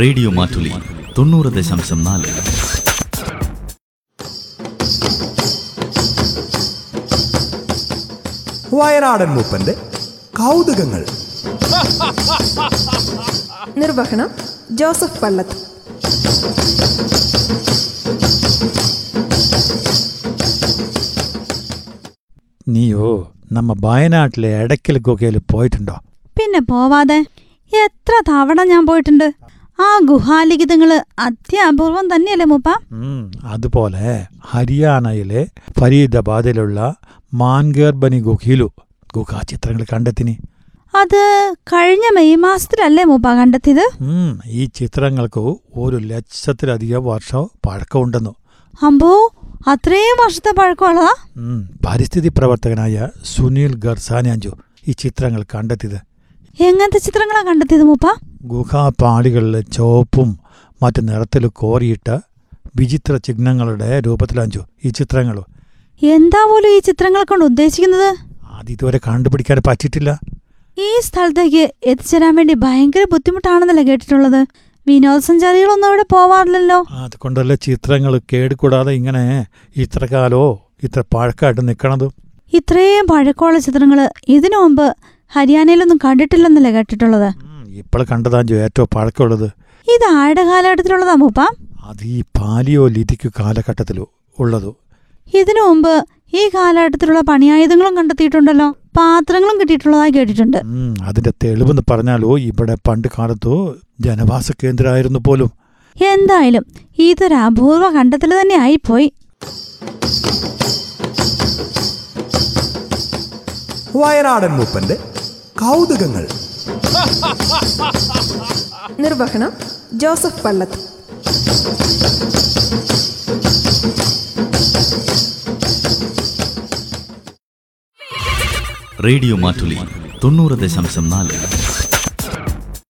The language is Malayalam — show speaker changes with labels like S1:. S1: റേഡിയോ മാറ്റുലി തൊണ്ണൂറ് ദശാംശം നാല്
S2: വയനാടൻ മൂപ്പന്റെ കൗതുകങ്ങൾ
S3: നിർവഹണം ജോസഫ് പള്ളത്ത്
S4: നീയോ നമ്മ വയനാട്ടിലെ എടയ്ക്കൽ ഗുഹയിൽ പോയിട്ടുണ്ടോ
S5: പിന്നെ പോവാതെ എത്ര തവണ ഞാൻ പോയിട്ടുണ്ട് ആ ഗുഹാലിഖിതങ്ങള് അത്യപൂർവം തന്നെയല്ലേ മൂപ്പ
S4: ഉം, അതുപോലെ ഹരിയാനയിലെ ഫരീദാബാദിലുള്ള മാൻഗർബനി ഗുഹയിലു ഗുഹാചിത്രങ്ങൾ കണ്ടെത്തിനി
S5: അത് കഴിഞ്ഞ മെയ് മാസത്തിലല്ലേ മൂപ്പ കണ്ടെത്തിയത്
S4: ഉം, ഈ ചിത്രങ്ങൾക്ക് ഒരു ലക്ഷത്തിലധികം വർഷം പഴക്കമുണ്ടെന്നു
S5: അമ്പോ അത്രയും വർഷത്തെ പഴക്കമുള്ളതാ
S4: ഉം, പരിസ്ഥിതി പ്രവർത്തകനായ സുനിൽ ഗർസാനാഞ്ചു ഈ ചിത്രങ്ങൾ കണ്ടെത്തിയത്
S5: എങ്ങനത്തെ ചിത്രങ്ങളാ കണ്ടെത്തിയത് മൂപ്പ
S4: ഗുഹാപാളികളിലെ ചുവപ്പും മറ്റു നിറത്തിൽ കോറിയിട്ട വിചിത്ര ചിഹ്നങ്ങളുടെ രൂപത്തിലാഞ്ചു ഈ ചിത്രങ്ങളും
S5: എന്താ പോലും ഈ ചിത്രങ്ങളെ കൊണ്ട് ഉദ്ദേശിക്കുന്നത്
S4: അത് ഇതുവരെ കണ്ടുപിടിക്കാൻ പറ്റിയിട്ടില്ല
S5: ഈ സ്ഥലത്തേക്ക് എത്തിച്ചേരാൻ വേണ്ടി ഭയങ്കര ബുദ്ധിമുട്ടാണെന്നല്ലേ കേട്ടിട്ടുള്ളത് വിനോദസഞ്ചാരികളൊന്നും അവിടെ പോവാറില്ലല്ലോ
S4: അതുകൊണ്ടല്ല ചിത്രങ്ങൾ കേടുകൂടാതെ ഇങ്ങനെ ഇത്ര കാലോ ഇത്ര പഴക്കമായിട്ട് നിൽക്കണത്
S5: ഇത്രയും പഴക്കമുള്ള ചിത്രങ്ങൾ ഇതിനു മുമ്പ് ഹരിയാനയിലൊന്നും കണ്ടിട്ടില്ലെന്നല്ലേ കേട്ടിട്ടുള്ളത്
S4: ഇപ്പോൾ കണ്ടതാഞ്ചു ഏറ്റവും പഴക്കമുള്ളത്
S5: ഇത് ആരുടെ കാലഘട്ടത്തിലുള്ളതാ മൂപ്പ
S4: അത് ഈ പാലിയോ ലിഥിക്കു കാലഘട്ടത്തിലോ ഉള്ളതു
S5: ഇതിനു മുമ്പ് ഈ കാലഘട്ടത്തിലുള്ള പണിയായുധങ്ങളും കണ്ടെത്തിയിട്ടുണ്ടല്ലോ പാത്രങ്ങളും കിട്ടിയിട്ടുള്ളതായി കേട്ടിട്ടുണ്ട്
S4: ഉം, അതിന്റെ തെളിവെന്ന് പറഞ്ഞാലോ ഇവിടെ പണ്ട് കാലത്തോ ജനവാസ കേന്ദ്രമായിരുന്നു പോലും
S5: എന്തായാലും ഇതൊരു അപൂർവ കണ്ടെത്തൽ തന്നെ ആയിപ്പോയി
S2: വയനാടൻ മൂപ്പന്റെ കൗതുകങ്ങൾ
S3: നിർവഹണം ജോസഫ് പള്ളത്ത്
S1: റേഡിയോ മാറ്റുലി തൊണ്ണൂറ് ദശാംശം നാല്